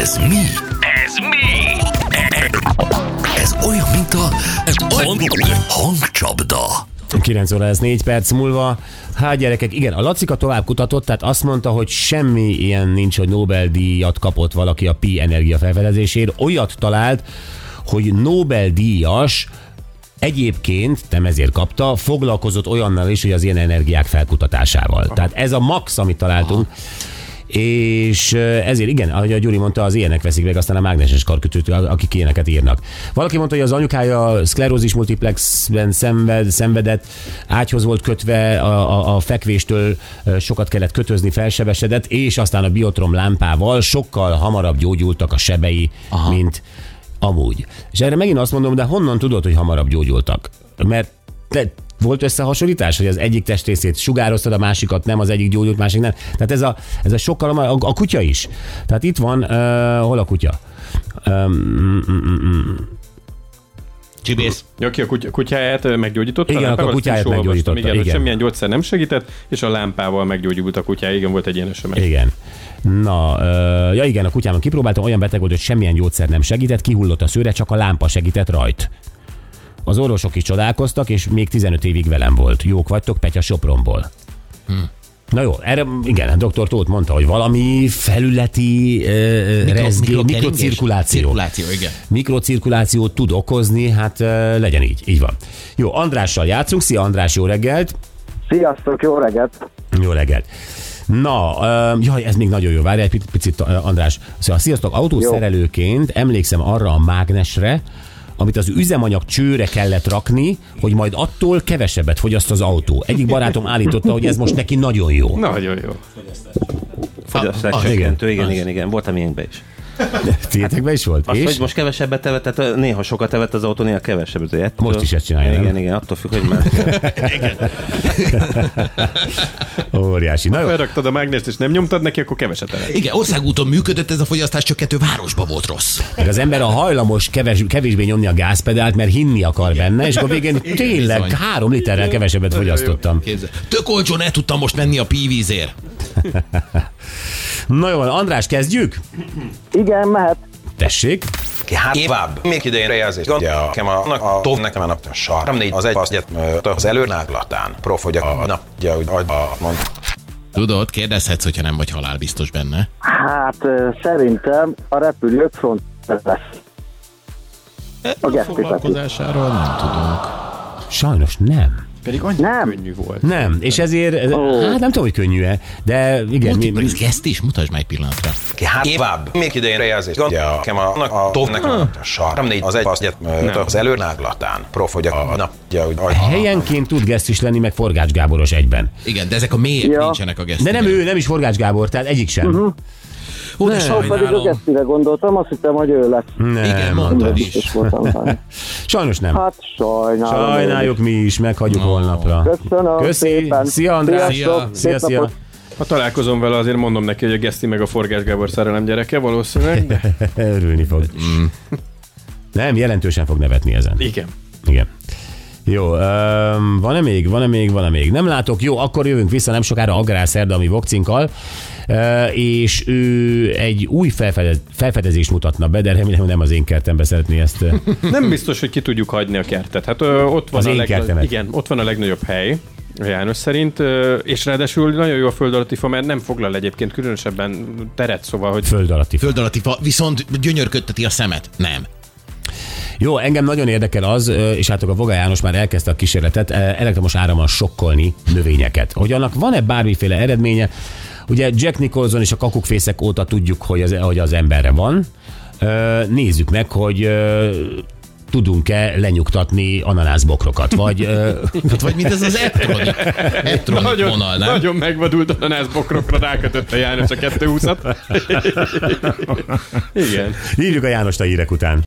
Ez mi? Ez mi? Ez olyan, mint a hangcsapda. 9 óra, ez 4 perc múlva. Hát gyerekek, igen, a Lacika tovább kutatott, tehát azt mondta, hogy semmi ilyen nincs, hogy Nobel-díjat kapott valaki a pi energia felfedezésért. Olyat talált, hogy Nobel-díjas egyébként, nem ezért kapta, foglalkozott olyannal is, hogy az ilyen energiák felkutatásával. Tehát ez a max, amit találtunk. És ö, ezért igen, ahogy a Gyuri mondta, az ilyenek veszik meg aztán a mágneses karkötőt, a- akik ilyeneket írnak. Valaki mondta, hogy az anyukája szklerózis multiplexben szenved, szenvedett, ágyhoz volt kötve, a, a, a fekvéstől ö, sokat kellett kötözni, felsebesedett, és aztán a biotrom lámpával sokkal hamarabb gyógyultak a sebei, Aha. mint amúgy. És erre megint azt mondom, de honnan tudod, hogy hamarabb gyógyultak? Mert te volt összehasonlítás, hogy az egyik testrészét sugároztad, a másikat nem, az egyik gyógyult, másik nem. Tehát ez a, ez a sokkal, hamar- a, a kutya is. Tehát itt van, uh, hol a kutya? Um, mm, mm, mm, mm. Csibész. Ja, ki a kuty- kutyáját meggyógyította? Igen, lámpával? akkor a Azt én is kutyáját olvastam, meggyógyította, Igen, igen. igen. semmilyen gyógyszer nem segített, és a lámpával meggyógyult a kutyája. Igen, volt egy ilyen esemény. Igen. Na, uh, ja igen, a kutyámon kipróbáltam, olyan beteg volt, hogy semmilyen gyógyszer nem segített, kihullott a szőre, csak a lámpa segített rajt. Az orvosok is csodálkoztak, és még 15 évig velem volt. Jók vagytok, Petya Sopronból. Hm. Na jó, erre igen, a doktor Tóth mondta, hogy valami felületi uh, rezgé, mikrokeringés? mikrocirkuláció. Cirkuláció, igen. Mikrocirkulációt tud okozni, hát uh, legyen így, így van. Jó, Andrással játszunk, szia András, jó reggelt! Sziasztok, jó reggelt! Jó reggelt. Na, ö, jaj, ez még nagyon jó. Várj egy pic- picit, ö, András. Szóval, sziasztok, autószerelőként emlékszem arra a mágnesre, amit az üzemanyag csőre kellett rakni, hogy majd attól kevesebbet fogyaszt az autó. Egyik barátom állította, hogy ez most neki nagyon jó. Nagyon jó. az, Fogyasztás igen, csökkentő, igen, igen, igen. Voltam ilyenben is. Tiétekben is volt? Az, és? hogy most kevesebbet tevet, tehát néha sokat tevet az autó, néha kevesebbet. Ettől, Most is ezt csinálja, Igen, nem? igen, igen, attól függ, hogy már. Óriási. Na jó. Felraktad a mágnest, és nem nyomtad neki, akkor keveset elett. Igen, országúton működött ez a fogyasztás csökkentő, városba volt rossz. Meg az ember a hajlamos keves, kevésbé nyomni a gázpedált, mert hinni akar benne, és akkor végén tényleg bizony. három literrel kevesebbet fogyasztottam. Képzel. Tök olcsón el tudtam most menni a pívízért. Na jó, van, András, kezdjük? Igen, mehet. Tessék. Évább. Még idején rejelzést adja Hát a kemanak a tov nekem a napja sarkam négy az egy paszgyat az előrnáglatán. Prof, hogy a napja, hogy a- a mond. Tudod, kérdezhetsz, hogyha nem vagy halálbiztos benne. Hát ö, szerintem a repülők front lesz. E, A gesztipetik. Foglalkozásáról nem tudunk. Sajnos nem. Pedig annyira Nem. könnyű volt. Nem, és ezért, ez, oh. hát nem tudom, hogy könnyű-e, de igen, mi, mi, Multiplex ezt is mutasd meg egy pillanatra. Évább. Még idején rejelzést adja hát a kemanak a tov nekem a napja sarkam négy az egy paszgyat az előrnáglatán. Prof, hogy a napja, hogy a helyenként tud gesztus lenni, meg Forgács Gáboros egyben. Igen, de ezek a mélyek ja. Ja. nincsenek a De gesztiben. nem ő, nem is Forgács Gábor, tehát egyik sem. Uh-huh. Hú, de Ha pedig a sajnálom. gesztire gondoltam, azt hittem, hogy ő lesz. Nem, Igen, András. mondtad is. Biztos voltam benne. Sajnos nem. Hát sajnálom. Sajnáljuk mi is, meghagyjuk holnapra. Köszönöm Köszi, szépen. szia András. Sziasztok, Szia. szép Szia, szia. napot. Ha találkozom vele, azért mondom neki, hogy a Geszti meg a Forgás Gábor szerelem gyereke valószínűleg. De Örülni fog. Nem, jelentősen fog nevetni ezen. igen. Igen. Jó, öm, van-e még, van-e még, van-e még? Nem látok, jó, akkor jövünk vissza nem sokára Agrár Szerdami Vokcinkkal, Ö, és ő egy új felfedez, felfedezést mutatna be, de remélem, hogy nem az én kertembe szeretné ezt. ö, Nem biztos, hogy ki tudjuk hagyni a kertet. Hát ö, ott van Az a én legna- kertemet. Igen, ott van a legnagyobb hely. János szerint, ö, és ráadásul nagyon jó a föld alatti fa, mert nem foglal egyébként különösebben teret, szóval, hogy Föld alatti. Föld alatti fa, viszont gyönyörködteti a szemet. Nem. Jó, engem nagyon érdekel az, ö, és hát a Voga János már elkezdte a kísérletet, ö, elektromos árammal sokkolni növényeket. Hogy annak van-e bármiféle eredménye? Ugye Jack Nicholson és a kakukfészek óta tudjuk, hogy az, hogy az emberre van. Ö, Nézzük meg, hogy ö, tudunk-e lenyugtatni ananászbokrokat, vagy ö, Hát vagy mint ez az Etronic, Etronic Nagyon, vonal, nem? nagyon megvadult a nanászbokrokra rákötötte János a 220-at. Igen. írjuk a Jánost a hírek után.